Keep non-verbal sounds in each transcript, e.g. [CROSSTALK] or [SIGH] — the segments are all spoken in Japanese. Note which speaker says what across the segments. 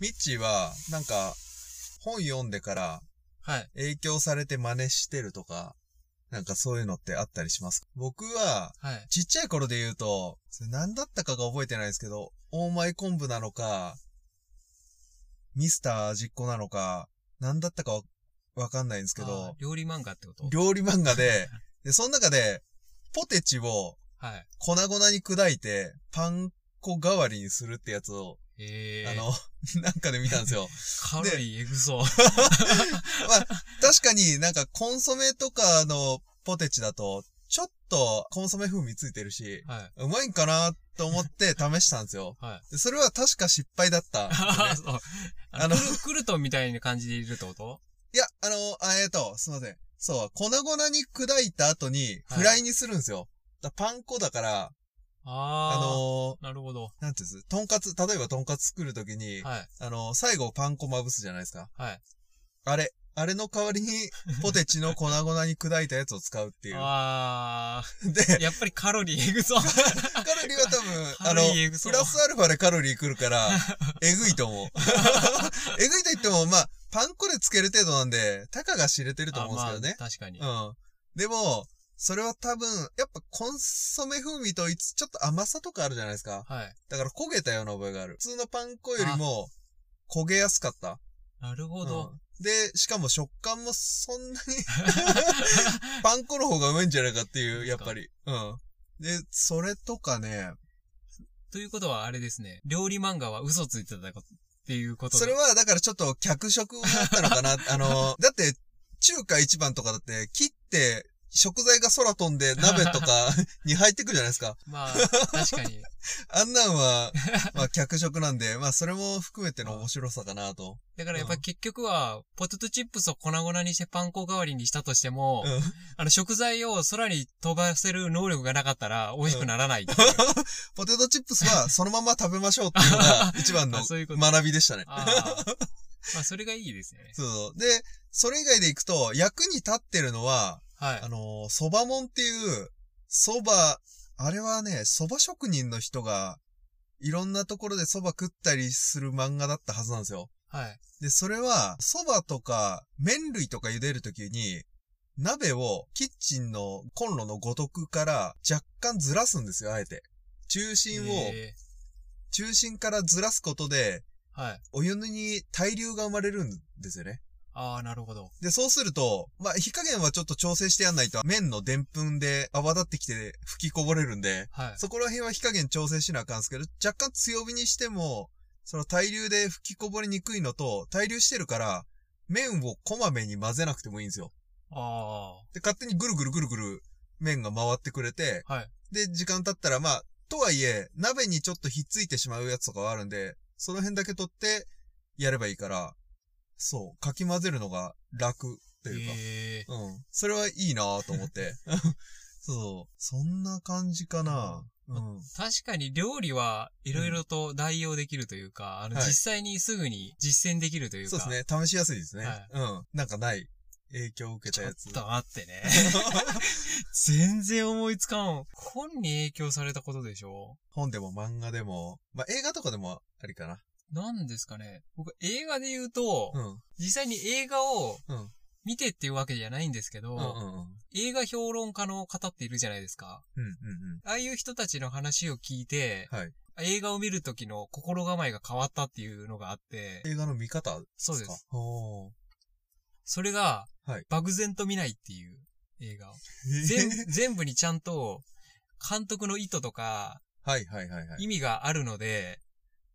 Speaker 1: ミッチーは、なんか、本読んでから
Speaker 2: はい。
Speaker 1: 影響されて真似してるとか、なんかそういうのってあったりしますか僕は、
Speaker 2: はい。
Speaker 1: ちっちゃい頃で言うと、それ何だったかが覚えてないですけど、オーマイ昆布なのか、ミスター味っ子なのか、何だったかわわかんないんですけ
Speaker 2: あー
Speaker 1: ど、
Speaker 2: 料理漫画ってこと
Speaker 1: 料理漫画
Speaker 2: [LAUGHS]
Speaker 1: で、で、その中で、ポテチを
Speaker 2: はい。
Speaker 1: 粉々に砕いて、パン粉代わりにするってやつを、
Speaker 2: えー、
Speaker 1: あの、 [LAUGHS] なんかで見たんですよ。
Speaker 2: カロリーエ
Speaker 1: [LAUGHS]
Speaker 2: グそう。
Speaker 1: まあ、確かになんかコンソメとかのポテチだと、ちょっとコンソメ風味ついてるし、
Speaker 2: はい。
Speaker 1: うまいんかなと思って試したんですよ。
Speaker 2: はい。
Speaker 1: でそれは確か失敗だ
Speaker 2: [LAUGHS]
Speaker 1: った。
Speaker 2: あーそう。あ
Speaker 1: あ
Speaker 2: の、
Speaker 1: の
Speaker 2: クルクルトンみたいな感じでいるってこと
Speaker 1: いや、あの、あえっと、すいません。そう、粉々に砕いた後に
Speaker 2: はい
Speaker 1: フライにするんですよ。だパン粉だから、あ
Speaker 2: あ
Speaker 1: の
Speaker 2: あ。なるほど。
Speaker 1: なんていうんです、とんかつ、例えばとんかつ作るときに、
Speaker 2: はい。
Speaker 1: あの最後パン粉まぶすじゃないですか。
Speaker 2: はい。
Speaker 1: あれ、あれの代わりにポテチの粉々に砕いたやつを使うっていう。
Speaker 2: あ
Speaker 1: で、
Speaker 2: あ。やっぱりカロリーエ
Speaker 1: [LAUGHS]
Speaker 2: グそう。
Speaker 1: カロリーは多分、
Speaker 2: [LAUGHS] カ
Speaker 1: あ
Speaker 2: ロ
Speaker 1: の、
Speaker 2: リーエグそう
Speaker 1: プラスアルファでカロリーくる
Speaker 2: [LAUGHS]
Speaker 1: から、えぐいと思う。 [LAUGHS] えぐいと言っても、まあ、パン粉でつける程度なんで、たかが知れてると思うんですけどね
Speaker 2: あ。まあ、確かに。
Speaker 1: うん。でも、それは多分、やっぱコンソメ風味といつ、ちょっと甘さとかあるじゃないですか。
Speaker 2: はい。
Speaker 1: だから焦げたような覚えがある。普通のパン粉よりも、焦げやすかった。
Speaker 2: なるほど。
Speaker 1: うんで、しかも食感もそんな
Speaker 2: [LAUGHS]
Speaker 1: にパン粉の方がうまいんじゃないかっていう、やっぱり。うん。で、それとかね、
Speaker 2: ということはあれですね。料理漫画は嘘ついてたことっていうこと
Speaker 1: それ
Speaker 2: は、
Speaker 1: はだからちょっと脚色だったのか
Speaker 2: [LAUGHS]
Speaker 1: な。あの、だって中華一番とかだって切って食材が空飛んで鍋
Speaker 2: [LAUGHS]
Speaker 1: とかに入ってくるじゃないですか。 [LAUGHS]
Speaker 2: まあ、確かに。
Speaker 1: あんなんは、まあ脚色なんで、まあそれも含めての面白さかなと。
Speaker 2: だからやっぱり結局は、ポテトチップスを粉々にしてパン粉代わりにしたとしても、
Speaker 1: うん
Speaker 2: あの食材を空に飛ばせる能力がなかったら美味しくならないっていう。
Speaker 1: [LAUGHS] ポテトチップスはそのまま食べましょうっていうのが一番の
Speaker 2: あそういうこと
Speaker 1: 学びでしたね。
Speaker 2: ああ。まあそれがいいですね。
Speaker 1: [LAUGHS] そう。で、それ以外でいくと役に立ってるのは、
Speaker 2: はい
Speaker 1: あ。の、蕎麦もんっていう、蕎麦、あれはね、蕎麦職人の人が、いろんなところで蕎麦食ったりする漫画だったはずなんですよ。
Speaker 2: はい。
Speaker 1: で、それは、蕎麦とか、麺類とか茹でるときに、鍋をキッチンのコンロのごとくから若干ずらすんですよ、あえて。中心を、
Speaker 2: え
Speaker 1: 中心からずらすことで、
Speaker 2: ーはい。
Speaker 1: お湯に対流が生まれるんですよね。
Speaker 2: ああ、なるほど。
Speaker 1: で、そうすると、まあ、火加減はちょっと調整してやんないと、麺のでんぷんで泡立ってきて吹きこぼれるんで、
Speaker 2: はい。
Speaker 1: そこら辺は火加減調整しなあかんすけど、若干強火にしても、その対流で吹きこぼれにくいのと、対流してるから、麺をこまめに混ぜなくてもいいんですよ。
Speaker 2: あ
Speaker 1: で、勝手にぐるぐるぐるぐる麺が回ってくれて、
Speaker 2: あ。はい。
Speaker 1: で、時間経ったら、まあ、とはいえ、鍋にちょっとひっついてしまうやつとかはあるんで、その辺だけ取って、やればいいから、そう、かき混ぜるのが楽というか、
Speaker 2: えー
Speaker 1: うん。それはいいなぁと思
Speaker 2: [LAUGHS]
Speaker 1: って。そう。そんな感じかなうん。
Speaker 2: 確かに料理はいろいろと代用できるというか、あの
Speaker 1: はい
Speaker 2: 実際にすぐに実践できるというか。
Speaker 1: そうですね。試しやすいですね。
Speaker 2: はい
Speaker 1: うん。なんかない。影響を受け
Speaker 2: ち
Speaker 1: た
Speaker 2: ょっ
Speaker 1: やつ。
Speaker 2: と待ってね。 [LAUGHS] 全然思いつかん。本に影響されたことでしょ
Speaker 1: 本でも漫画でも、まあ、映画とかでもありかな。
Speaker 2: なんですかね。僕映画で言うと、
Speaker 1: うん。
Speaker 2: 実際に映画を
Speaker 1: うん。
Speaker 2: 見てっていうわけじゃないんですけ
Speaker 1: う
Speaker 2: ど、
Speaker 1: んうんうん。うん
Speaker 2: 映画評論家の方っているじゃないですか。
Speaker 1: うんうん。
Speaker 2: ああいう人たちの話を聞いて、
Speaker 1: はい。
Speaker 2: 映画を見るときの心構えが変わったっていうのがあって、
Speaker 1: 映画の見方で
Speaker 2: そう
Speaker 1: す
Speaker 2: で
Speaker 1: か
Speaker 2: す。
Speaker 1: おー
Speaker 2: それが、
Speaker 1: はい
Speaker 2: 漠然と見ないっていう映
Speaker 1: [LAUGHS]
Speaker 2: 画を。
Speaker 1: え
Speaker 2: 全
Speaker 1: ー
Speaker 2: 全部にちゃんと、監督の意図とか、
Speaker 1: はいはいはいはい。
Speaker 2: 意味があるので、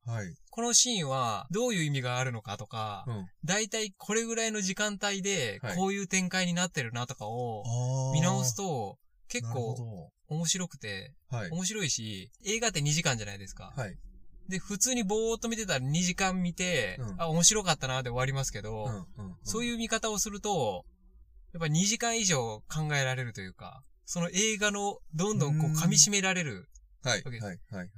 Speaker 1: はい。
Speaker 2: このシーンはどういう意味があるのかとか、
Speaker 1: うん。
Speaker 2: だいたいこれぐらいの時間帯で
Speaker 1: はい
Speaker 2: こういう展開になってるなとかを
Speaker 1: あー
Speaker 2: 見直すと結
Speaker 1: なるほ
Speaker 2: 構面白くて、
Speaker 1: どはい。
Speaker 2: 面白いし、映画って2時間じゃないですか。
Speaker 1: はい。
Speaker 2: で、普通にぼーっと見てたら2時間見て、
Speaker 1: うん
Speaker 2: あ、面白かったなで終わりますけど、
Speaker 1: うんうん。
Speaker 2: そう
Speaker 1: うん。
Speaker 2: いう見方をすると、やっぱ2時間以上考えられるというか、その映画のどんどんこう
Speaker 1: うん
Speaker 2: 噛み締められる。
Speaker 1: はい。
Speaker 2: わ
Speaker 1: は
Speaker 2: け
Speaker 1: い
Speaker 2: です
Speaker 1: はいはい。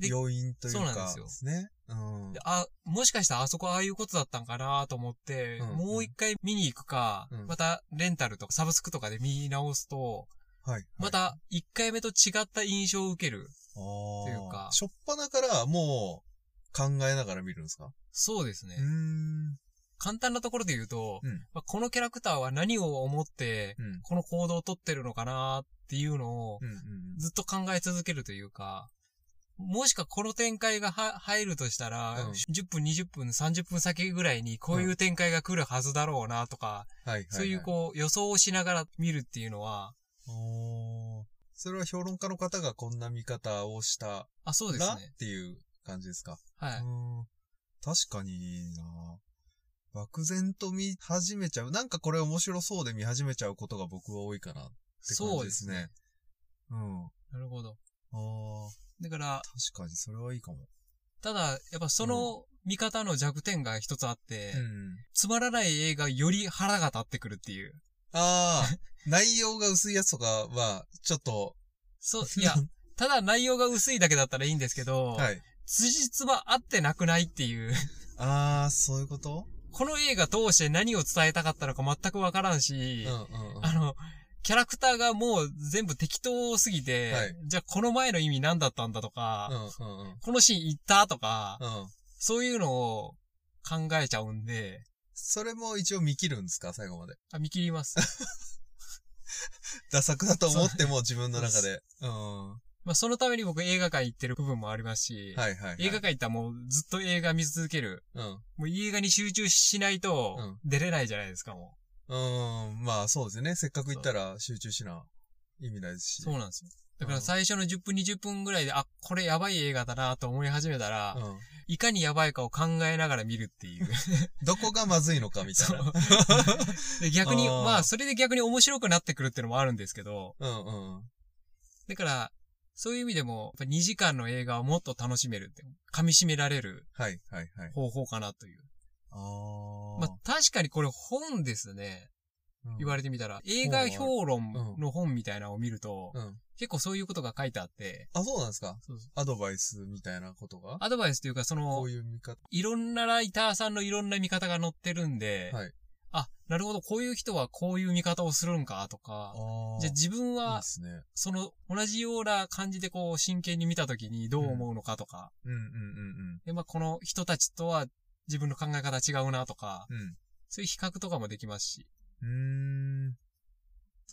Speaker 2: で
Speaker 1: 要因というか。
Speaker 2: そうなんですよ
Speaker 1: ですね。うん。
Speaker 2: であ、もしかしたらあそこああいうことだったんかなと思って、
Speaker 1: うん
Speaker 2: もう一回見に行くか、
Speaker 1: うん
Speaker 2: またレンタルとかサブスクとかで見直すと、
Speaker 1: はい。
Speaker 2: また一回目と違った印象を受ける。
Speaker 1: と
Speaker 2: いうか
Speaker 1: しょっぱなからもう考えながら見るんですか
Speaker 2: そうですね。
Speaker 1: うーん。
Speaker 2: 簡単なところで言うと、
Speaker 1: うん
Speaker 2: まあこのキャラクターは何を思って、
Speaker 1: うん。
Speaker 2: この行動をとってるのかなっていうのを
Speaker 1: う、んうん
Speaker 2: ずっと考え続けるというか、もしかこの展開がは入るとしたら、
Speaker 1: うん
Speaker 2: 10分、20分、30分先ぐらいにこういう展開が来るはずだろうなとか、
Speaker 1: はいはい、はい。
Speaker 2: そういうこう予想をしながら見るっていうのは、
Speaker 1: おーそれは評論家の方がこんな見方をした
Speaker 2: あ、そうです
Speaker 1: な、
Speaker 2: ね。
Speaker 1: っていう感じですか。
Speaker 2: は
Speaker 1: う
Speaker 2: い。
Speaker 1: ん確かにな漠然と見始めちゃう。なんかこれ面白そうで見始めちゃうことが僕は多いかなって感
Speaker 2: そう
Speaker 1: じ
Speaker 2: で
Speaker 1: ですす
Speaker 2: ね
Speaker 1: ね。。うん。あ
Speaker 2: なるほど。
Speaker 1: あ、
Speaker 2: だから、
Speaker 1: 確かにそれはいいかも。
Speaker 2: ただ、やっぱその見方の弱点が一つあって、
Speaker 1: うん。
Speaker 2: つまらない映画より腹が立ってくるっていう。
Speaker 1: ああ、内容が薄いやつとかは、ちょっと、 [LAUGHS]
Speaker 2: そう、いや、ただ内容が薄いだけだったらいいんですけど、
Speaker 1: はい。
Speaker 2: 辻褄合ってなくないっていう。 [LAUGHS]
Speaker 1: ああ、そういうこと
Speaker 2: この映画通して何を伝えたかったのか全くわからん
Speaker 1: う
Speaker 2: し
Speaker 1: ん、うんうん。
Speaker 2: あの、キャラクターがもう全部適当すぎて、
Speaker 1: はい
Speaker 2: じゃあこの前の意味何だったんだとか、
Speaker 1: うんうんうん。
Speaker 2: このシーン行ったとか、
Speaker 1: うん。
Speaker 2: そういうのを考えちゃうんで、
Speaker 1: それも一応見切るんですか最後まで。
Speaker 2: あ見切り [LAUGHS] ます。
Speaker 1: ダ作だと思っても自分の中で。うん。は
Speaker 2: まあそのために僕映画館行ってる部分もあります
Speaker 1: い
Speaker 2: し、
Speaker 1: はい、はい。
Speaker 2: 映画館行ったらもうずっと映画見続ける。
Speaker 1: うん。
Speaker 2: もう映画に集中しないと
Speaker 1: うん
Speaker 2: 出れないじゃないですか、も
Speaker 1: うん、まあそうですね。せっかく行ったら集中しな、意味ないですし。。
Speaker 2: う。そううなんですよ。だから最初の10分20分ぐらいで、あ、これやばい映画だなと思い始めたら、
Speaker 1: うん。
Speaker 2: いかにやばいかを考えながら見るって [LAUGHS] いう。
Speaker 1: どこがまずいのかみたいな。
Speaker 2: で逆に、
Speaker 1: あー
Speaker 2: まあ、それで逆に面白くなってくるっていうのもあるんですけど、
Speaker 1: うんうん。
Speaker 2: だから、そういう意味でも、やっぱ2時間の映画をもっと楽しめるって、噛み締められる
Speaker 1: はいはいはい。
Speaker 2: 方法かなという。
Speaker 1: あ
Speaker 2: まあ、確かにこれ本ですね。
Speaker 1: あ
Speaker 2: 言わ
Speaker 1: れ
Speaker 2: れてみたら、映画評論の本みたいなのを見ると、
Speaker 1: うん。
Speaker 2: 結構そういうことが書いてあって、
Speaker 1: あ、そうなんですか
Speaker 2: そうそう
Speaker 1: アドバイスみたいなことが
Speaker 2: アドバイスというか、そ
Speaker 1: こ
Speaker 2: の
Speaker 1: う、いう見方。
Speaker 2: いろんなライターさんのいろんな見方が載ってるんで、
Speaker 1: はい
Speaker 2: あ、なるほど、こういう人はこういう見方をするんかとか
Speaker 1: あ、あ。
Speaker 2: じゃあ自分
Speaker 1: いい
Speaker 2: は
Speaker 1: で、すね。
Speaker 2: その、同じような感じでこう、真剣に見たときにどう思うのかとか、
Speaker 1: うんうん
Speaker 2: で、まあ、この人たちとは自分の考え方違うなとか、
Speaker 1: うんうん。
Speaker 2: そういう比較とかもできますし、
Speaker 1: うん。うーん。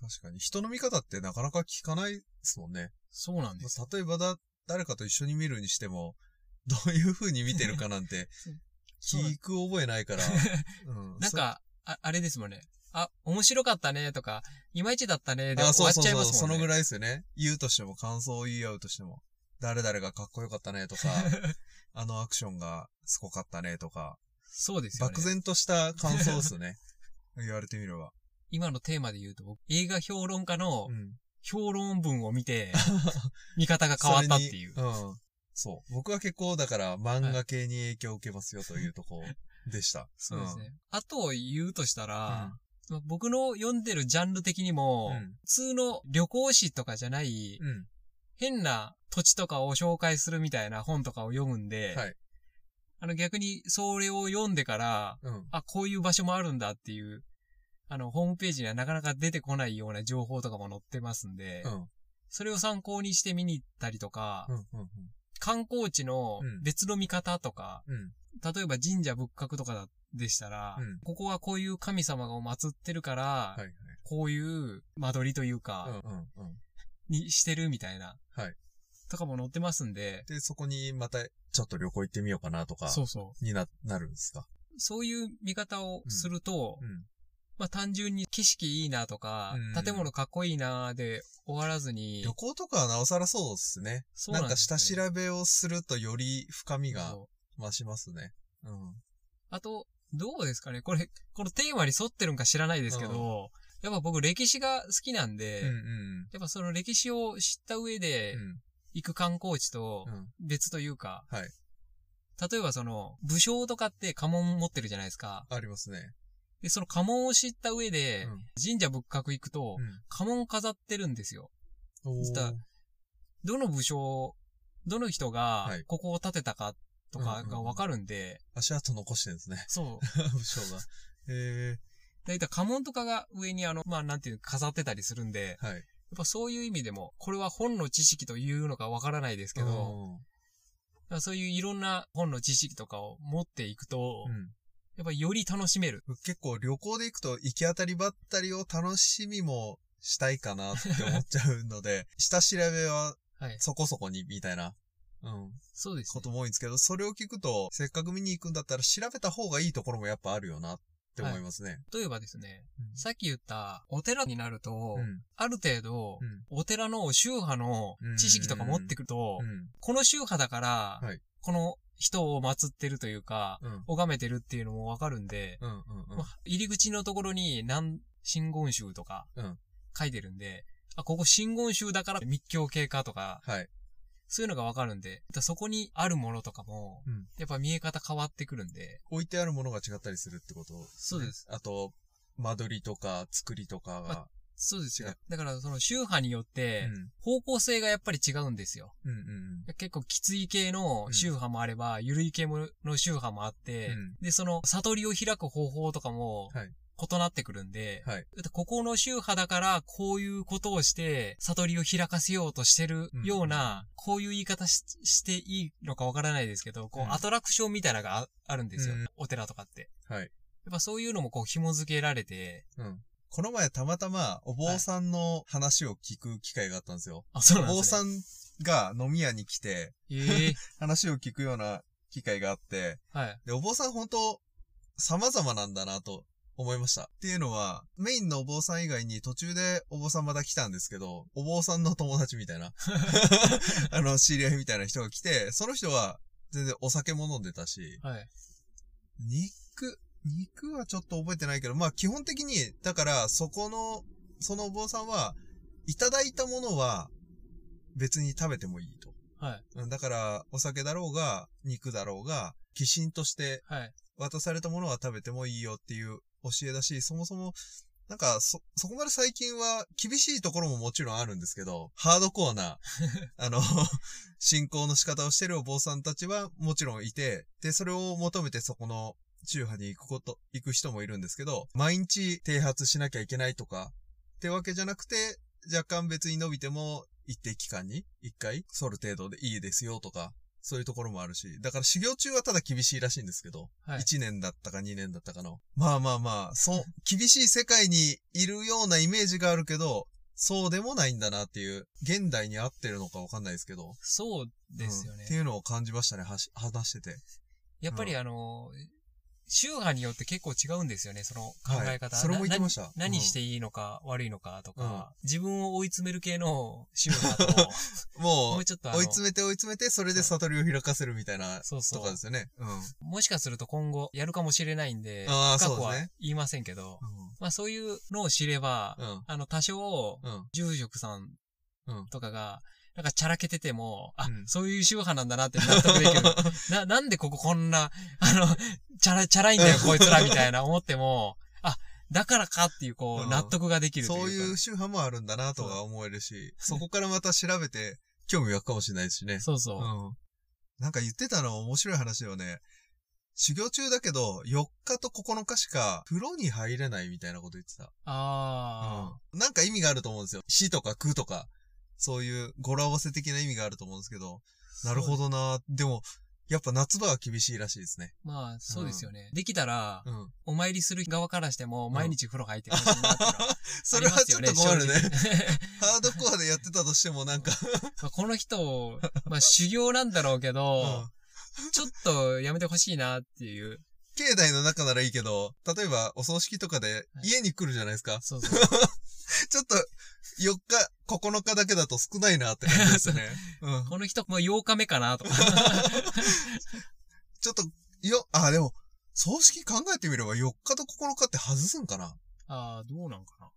Speaker 1: 確かに。人の見方ってなかなか聞かないですもんね。
Speaker 2: そうなんです。
Speaker 1: まあ例えばだ、誰かと一緒に見るにしても、 [LAUGHS] どういう風に見てるかなんて
Speaker 2: [LAUGHS] そう、
Speaker 1: 聞く覚えないから。う
Speaker 2: [LAUGHS] なん、か、ああれですもんね。あ、面白かったねとか、いまいちだったねで
Speaker 1: あ、
Speaker 2: 終
Speaker 1: そ
Speaker 2: わ
Speaker 1: う
Speaker 2: っ
Speaker 1: そう
Speaker 2: ちゃい
Speaker 1: そう、
Speaker 2: ます
Speaker 1: そ
Speaker 2: もんね。
Speaker 1: のぐらいですよね。言うとしても、感想を言い合うとしても、誰々がかっこよかったねと
Speaker 2: [LAUGHS]
Speaker 1: か、あのアクションがすごかったねとか、
Speaker 2: そうですよね
Speaker 1: 漠。然とした感想ですよね。 [LAUGHS] 言われてみれば。
Speaker 2: 今のテーマで言うと、僕映画評論家の
Speaker 1: うん。
Speaker 2: 評論文を見
Speaker 1: [LAUGHS]
Speaker 2: て、見方が変わったっていう
Speaker 1: そ。れにうん。そう。僕は結構、だから、漫画系に影響を受けますよというとこでした。
Speaker 2: そうですね。あとを言うとした
Speaker 1: うん。
Speaker 2: ら、まあ僕の読んでるジャンル的にも、
Speaker 1: うん
Speaker 2: 普通の旅行誌とかじゃない、
Speaker 1: うん。うん。
Speaker 2: 変な土地とかを紹介するみたいな本とかを読むんで、
Speaker 1: はい
Speaker 2: あの逆にそれを読んでから、
Speaker 1: うん。
Speaker 2: あ、こういう場所もあるんだっていう、あの、ホームページにはなかなか出てこないような情報とかも載ってますんで、
Speaker 1: うん。
Speaker 2: それを参考にして見に行ったりとか、
Speaker 1: うん。うん。
Speaker 2: 観光地の
Speaker 1: うん
Speaker 2: 別の見方とか、
Speaker 1: うん。
Speaker 2: 例えば神社仏閣とかだでしたら、
Speaker 1: うん
Speaker 2: ここはこういう神様が祀ってるから、
Speaker 1: はいはい。
Speaker 2: こういう間取りという
Speaker 1: うん
Speaker 2: か、
Speaker 1: うんうん。
Speaker 2: にしてるみたいな、
Speaker 1: はい
Speaker 2: とかも載ってますんで、
Speaker 1: で、そこにまた、ちょっと旅行行ってみようかなとか、
Speaker 2: そうそう。
Speaker 1: にな、なるんですか。
Speaker 2: そういう見方をすると、
Speaker 1: うん。
Speaker 2: まあ単純に景色いいなとか、
Speaker 1: うん
Speaker 2: 建物かっこいいなで終わらずに、
Speaker 1: 旅行とかはなおさらそうですね。
Speaker 2: そう
Speaker 1: なん
Speaker 2: で
Speaker 1: か
Speaker 2: す
Speaker 1: 下
Speaker 2: ね
Speaker 1: 調べをするとより深みが
Speaker 2: そう
Speaker 1: 増しますね。うん。
Speaker 2: あと、どうですかねこれ、このテーマに沿ってるんか知らないですけど、やっぱ僕歴史が好きなんで、
Speaker 1: うん
Speaker 2: やっぱその歴史を知った上で、
Speaker 1: うん。うん。
Speaker 2: 行く観光地と
Speaker 1: うん
Speaker 2: 別というか、
Speaker 1: はい
Speaker 2: 例えばその、武将とかって家紋持ってるじゃないですか。
Speaker 1: ありますね。
Speaker 2: で、その家紋を知った上
Speaker 1: う
Speaker 2: で、
Speaker 1: ん。
Speaker 2: 神社仏閣行くと、家紋飾ってるんですよ。
Speaker 1: うん。
Speaker 2: 実はどの武将、どの人が
Speaker 1: はい
Speaker 2: ここを建てたかとか
Speaker 1: うんうんう
Speaker 2: が
Speaker 1: ん
Speaker 2: わかるんで、
Speaker 1: 足跡残してるんですね。 [LAUGHS]
Speaker 2: そう。
Speaker 1: 武将が。へ
Speaker 2: だいたい家紋とかが上にあの、まあなんていうか飾ってたりするんで、や
Speaker 1: え。はい。
Speaker 2: っぱそういう意味でも、これは本の知識というのかわからないですけど、
Speaker 1: うん
Speaker 2: からそういういろんな本の知識とかを持っていくと、
Speaker 1: うん。
Speaker 2: やっぱりより楽しめる。
Speaker 1: 結構旅行で行くと行き当たりばったりを楽しみもしたいかなって思っちゃうので、 [LAUGHS] 下調べは
Speaker 2: はい。
Speaker 1: そこそこにみたいな、うん、
Speaker 2: そうです
Speaker 1: こ
Speaker 2: ね。
Speaker 1: とも多いんですけど、それを聞くと、せっかく見に行くんだったら調べた方がいいところもやっぱあるよなって思いますね。
Speaker 2: 例えばですね、さっき言ったお寺になると、
Speaker 1: うん。
Speaker 2: ある程度、
Speaker 1: うん
Speaker 2: お寺の宗派の知識とか持ってくると、
Speaker 1: うん。
Speaker 2: この宗派だから、
Speaker 1: はい
Speaker 2: この人を祀ってるというか、
Speaker 1: うん。
Speaker 2: 拝めてるっていうのもわかるんで、
Speaker 1: うん。うん。う
Speaker 2: ま
Speaker 1: ん
Speaker 2: あ入り口のところに南真言宗とか
Speaker 1: うん
Speaker 2: 書いてるんで、あここ真言宗だから密教系かとか、
Speaker 1: はい。
Speaker 2: そういうのがわかるんで、だそこにあるものとかも、
Speaker 1: うん
Speaker 2: やっぱ見え方変わってくるんで、
Speaker 1: 置いてあるものが違ったりするってこと、
Speaker 2: そうです。
Speaker 1: あと、間取りとか作りとかが。
Speaker 2: そうですよ
Speaker 1: 違う。
Speaker 2: だからその宗派によって
Speaker 1: うん
Speaker 2: 方向性がやっぱり違うんですよ。
Speaker 1: うんうん
Speaker 2: 結構きつい系の宗派もあれば、ゆるい系もの宗派もあって、
Speaker 1: うん
Speaker 2: で、その悟りを開く方法とかも
Speaker 1: はい
Speaker 2: 異なってくるんで、
Speaker 1: うん。はい。
Speaker 2: だってここの宗派だからこういうことをして悟りを開かせようとしてるような、こういう言い方ししていいのかわからないですけど、こう、
Speaker 1: うん
Speaker 2: アトラクションみたいなのがああるんですよ、
Speaker 1: うん
Speaker 2: お寺とかって。
Speaker 1: はい。
Speaker 2: やっぱそういうのもこう紐付けられて、
Speaker 1: うん。この前たまたまお坊さんの話を聞く機会があったんですよ。
Speaker 2: あ、そうなん
Speaker 1: お
Speaker 2: で
Speaker 1: 坊
Speaker 2: すね。
Speaker 1: さんが飲み屋に来て
Speaker 2: ええ
Speaker 1: 話を聞くような機会があって、
Speaker 2: はい。
Speaker 1: で、お坊さん本当様々なんだなと思いました。っていうのは、メインのお坊さん以外に途中でお坊さんまた来たんですけど、お坊さんの友達み
Speaker 2: [LAUGHS]
Speaker 1: たいな、あの、知り合いみたいな人が来て、その人は全然お酒も飲んでたし、
Speaker 2: はい。
Speaker 1: 肉、肉はちょっと覚えてないけど、まあ基本的に、だからそこの、そのお坊さんは、いただいたものは別に食べてもいいと。
Speaker 2: はい。
Speaker 1: うんだから、お酒だろうが、肉だろうが、寄進として
Speaker 2: はい。
Speaker 1: 渡されたものは食べてもいいよっていう教えだし、そもそも、なんか、そ、そこまで最近は厳しいところももちろんあるんですけど、ハー [LAUGHS] ドコアな、あの、信仰の仕方をしてるお坊さんたちはもちろんいて、で、それを求めてそこの宗派に行くこと、行く人もいるんですけど、毎日啓発しなきゃいけないとか、ってわけじゃなくて、若干別に伸びても、一定期間に一回、剃る程度でいいですよとか、そういうところもあるし、だから修行中はただ厳しいらしいんですけど、
Speaker 2: はい。
Speaker 1: 1年だったか2年だったかの。まあまあまあ、
Speaker 2: [LAUGHS]
Speaker 1: そう、厳しい世界にいるようなイメージがあるけど、そうでもないんだなっていう、現代に合ってるのかわかんないですけど。
Speaker 2: そうですよ
Speaker 1: うん
Speaker 2: ね
Speaker 1: って。いうのを感じましたね、はし話してて。
Speaker 2: やっぱりあの、宗派によって結構違うんですよね、その考え方。
Speaker 1: はいそれも言ってました
Speaker 2: な何
Speaker 1: うん
Speaker 2: していいのか悪いのかとか、自分を追い詰める系の宗
Speaker 1: [LAUGHS]
Speaker 2: 派と、も
Speaker 1: も
Speaker 2: う
Speaker 1: う、
Speaker 2: ちょっとあの
Speaker 1: 追い詰めて追い詰めて、それで悟りを開かせるみたいな、
Speaker 2: そうそう
Speaker 1: とかですよね。うん。うん
Speaker 2: もしかすると今後やるかもしれないんで、
Speaker 1: あー
Speaker 2: 過去
Speaker 1: そう
Speaker 2: は
Speaker 1: ですね
Speaker 2: 言いませんけど、まあそういうのを知れば、
Speaker 1: うん。
Speaker 2: あの多少、
Speaker 1: うん。
Speaker 2: 住職さん
Speaker 1: うん
Speaker 2: とかが、なんかチャラけてても、あ、
Speaker 1: うん
Speaker 2: そういう宗派なんだなって納得で
Speaker 1: [LAUGHS]
Speaker 2: きる。な、なんでこここんな、あの、チャラ、チャラいんだよ、こいつらみたい
Speaker 1: [LAUGHS]
Speaker 2: な思っても、あ、だからかっていう、こ
Speaker 1: う
Speaker 2: う、
Speaker 1: ん
Speaker 2: 納得ができるという
Speaker 1: そ
Speaker 2: か。
Speaker 1: ういう宗派もあるんだなとは思えるし、そこからまた調べて、興味湧くかもしれないしね。
Speaker 2: そうそう。
Speaker 1: うん。なんか言ってたの面白い話よね。修行中だけど、4日と9日しか風呂に入れないみたいなこと言ってた。
Speaker 2: あ
Speaker 1: うん。なんか意味があると思うんですよ。死とか苦とか、そういう語呂合わせ的な意味があると思うんですけど。
Speaker 2: あ。
Speaker 1: なるほどなでも、やっぱ夏場は厳しいらしいですね。
Speaker 2: まあ、そうですよね。できたら、
Speaker 1: うん。
Speaker 2: お参りする側からしても、毎日風呂入ってほしいなっていうのは
Speaker 1: [LAUGHS] それはちょっと困るね
Speaker 2: あ。りますよ正直 [LAUGHS]
Speaker 1: ハードコアでやってたとしてもなんか、
Speaker 2: まあこの人、まあ修行なんだろうけ
Speaker 1: う
Speaker 2: ど、
Speaker 1: ん。
Speaker 2: ちょっとやめてほしいなっていう。
Speaker 1: 境内の中ならいいけど、例えばお葬式とかで家に来るじゃないですか。
Speaker 2: そうそう。
Speaker 1: ちょっと、4日、9日だけだと少ないなって感じ
Speaker 2: [LAUGHS]
Speaker 1: ですね。うん。
Speaker 2: この人、まあ8日目かなとか。
Speaker 1: ちょっと、よ、あ、でも、葬式考えてみれば4日と9日って外すんかな
Speaker 2: [LAUGHS] ああ、どうなんかな。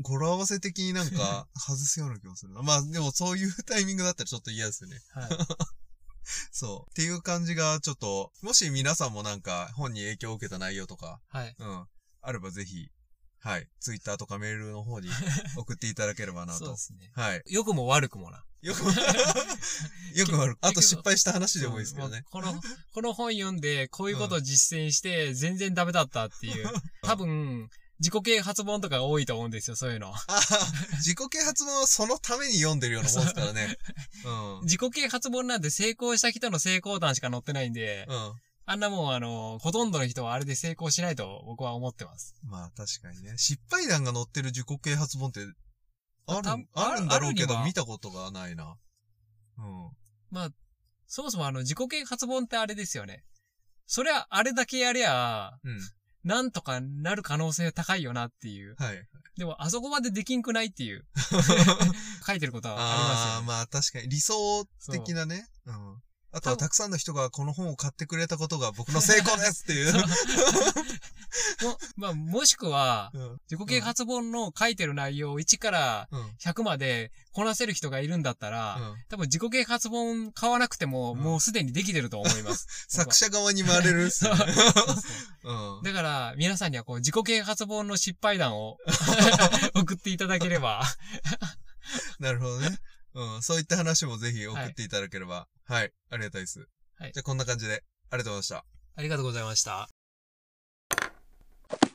Speaker 1: 語呂合わせ的になん
Speaker 2: [LAUGHS]
Speaker 1: か外すような気もするな。まあでもそういうタイミングだったらちょっと嫌ですよね。
Speaker 2: はい。
Speaker 1: そう。っていう感じがちょっと、もし皆さんもなんか本に影響を受けた内容とか、
Speaker 2: [LAUGHS] はい。
Speaker 1: うん、あればぜひ、はい、ツイッターとかメールの
Speaker 2: [LAUGHS]
Speaker 1: 方に送っていただければな
Speaker 2: そう
Speaker 1: と
Speaker 2: で。すね。
Speaker 1: はい。
Speaker 2: 良くも悪くもな。
Speaker 1: よく、 [LAUGHS] よく悪く。あと失敗した話でもいいですけどね。
Speaker 2: この、 [LAUGHS] この本読んで、こういうことを実践して、全然ダメだったっていう。多分、自己啓発本とかが多いと思うんですよ、そういうの。
Speaker 1: あー自己啓発本はそのために読んでるようなもんですからね。
Speaker 2: [LAUGHS]
Speaker 1: うん。
Speaker 2: 自己啓発本なんて成功した人の成功談しか載ってないんで、
Speaker 1: うん。
Speaker 2: あんなもん、あの、ほとんどの人はあれで成功しないと僕は思ってます。
Speaker 1: まあ確かにね。失敗談が載ってる自己啓発本って、あ
Speaker 2: た
Speaker 1: る、あるんだろうけ
Speaker 2: あるに
Speaker 1: ど、
Speaker 2: は
Speaker 1: 見たことがないな。
Speaker 2: [LAUGHS]
Speaker 1: うん。
Speaker 2: まあ、そもそもあの、自己啓発本ってあれですよね。そりゃ、あれだけやりゃ、
Speaker 1: うん。
Speaker 2: なんとかなる可能性高いよなっていう。
Speaker 1: はい。
Speaker 2: でも、あそこまでできんくないって
Speaker 1: [LAUGHS]
Speaker 2: いう。書いてることは
Speaker 1: あ
Speaker 2: あ
Speaker 1: あー、
Speaker 2: りま
Speaker 1: まあ確かに理想
Speaker 2: すよね。
Speaker 1: 的
Speaker 2: な。
Speaker 1: なね。うん。あと
Speaker 2: 多
Speaker 1: は
Speaker 2: 分
Speaker 1: たくさんの人がこの本を買ってくれたことが僕の成功ですっていう。
Speaker 2: も、まあ、もしくは、
Speaker 1: うん。
Speaker 2: 自己啓発本の書いてる内容を1から
Speaker 1: うん。うん。
Speaker 2: [LAUGHS] 100までこなせる人がいるんだったら、多分自己啓発本買わなくても、
Speaker 1: うん
Speaker 2: もうすでにできてると思
Speaker 1: [LAUGHS]
Speaker 2: います。
Speaker 1: 作者側に回れるっすね。
Speaker 2: そうそ
Speaker 1: [LAUGHS]
Speaker 2: う
Speaker 1: うん。
Speaker 2: だから、皆さんにはこう、自己啓発本の失敗談
Speaker 1: [LAUGHS]
Speaker 2: を [LAUGHS] 送っていただければ。
Speaker 1: [LAUGHS] なるほどね。うん。そういった話もぜひ送っていただければ。はい。ありがたいです。
Speaker 2: はい
Speaker 1: じゃあこんな感じで、ありがとうございました。
Speaker 2: ありがとうございました。